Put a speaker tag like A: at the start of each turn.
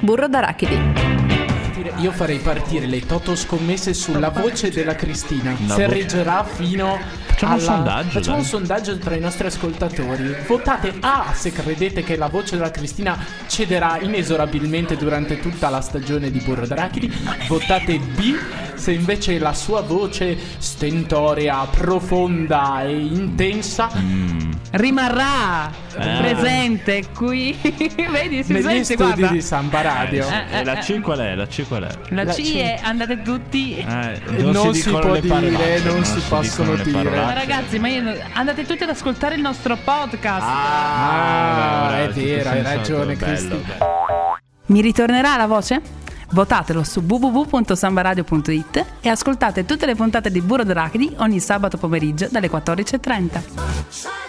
A: burro d'arachidi.
B: Io farei partire le Toto scommesse sulla voce della Cristina.
C: La
B: Se
C: voce-
B: reggerà fino
C: Facciamo un
B: alla-
C: sondaggio,
B: Facciamo
C: dai.
B: un sondaggio tra i nostri ascoltatori. Votate A se credete che la voce della Cristina cederà inesorabilmente durante tutta la stagione di Burro d'Arachidi. Votate B se invece la sua voce stentorea, profonda e intensa
C: Mm.
D: Rimarrà
C: Ah.
D: presente qui. Vedi, si
B: negli
D: sente,
B: studi
D: guarda.
B: di Samba Radio.
D: Eh, eh,
C: E la
D: eh.
C: C qual è? La C qual è?
D: La
B: La
D: C
B: C. Ah.
D: è andate tutti.
C: Eh,
B: non si
C: dicono
B: può
C: le parolacce,
B: dire, non si
C: dicono
B: possono
C: le
B: dire.
C: parolacce.
D: Ma ragazzi, ma io- andate tutti ad ascoltare il nostro podcast.
B: Ah,
C: bravo,
B: è
C: tutto
B: vero, hai
C: sensato,
B: ragione,
C: bello,
B: Cristina.
C: bello.
D: Mi ritornerà la voce? Votatelo su www.sambaradio.it e ascoltate tutte le puntate di Burro d'Arachidi ogni sabato pomeriggio dalle 14.30.
E: Try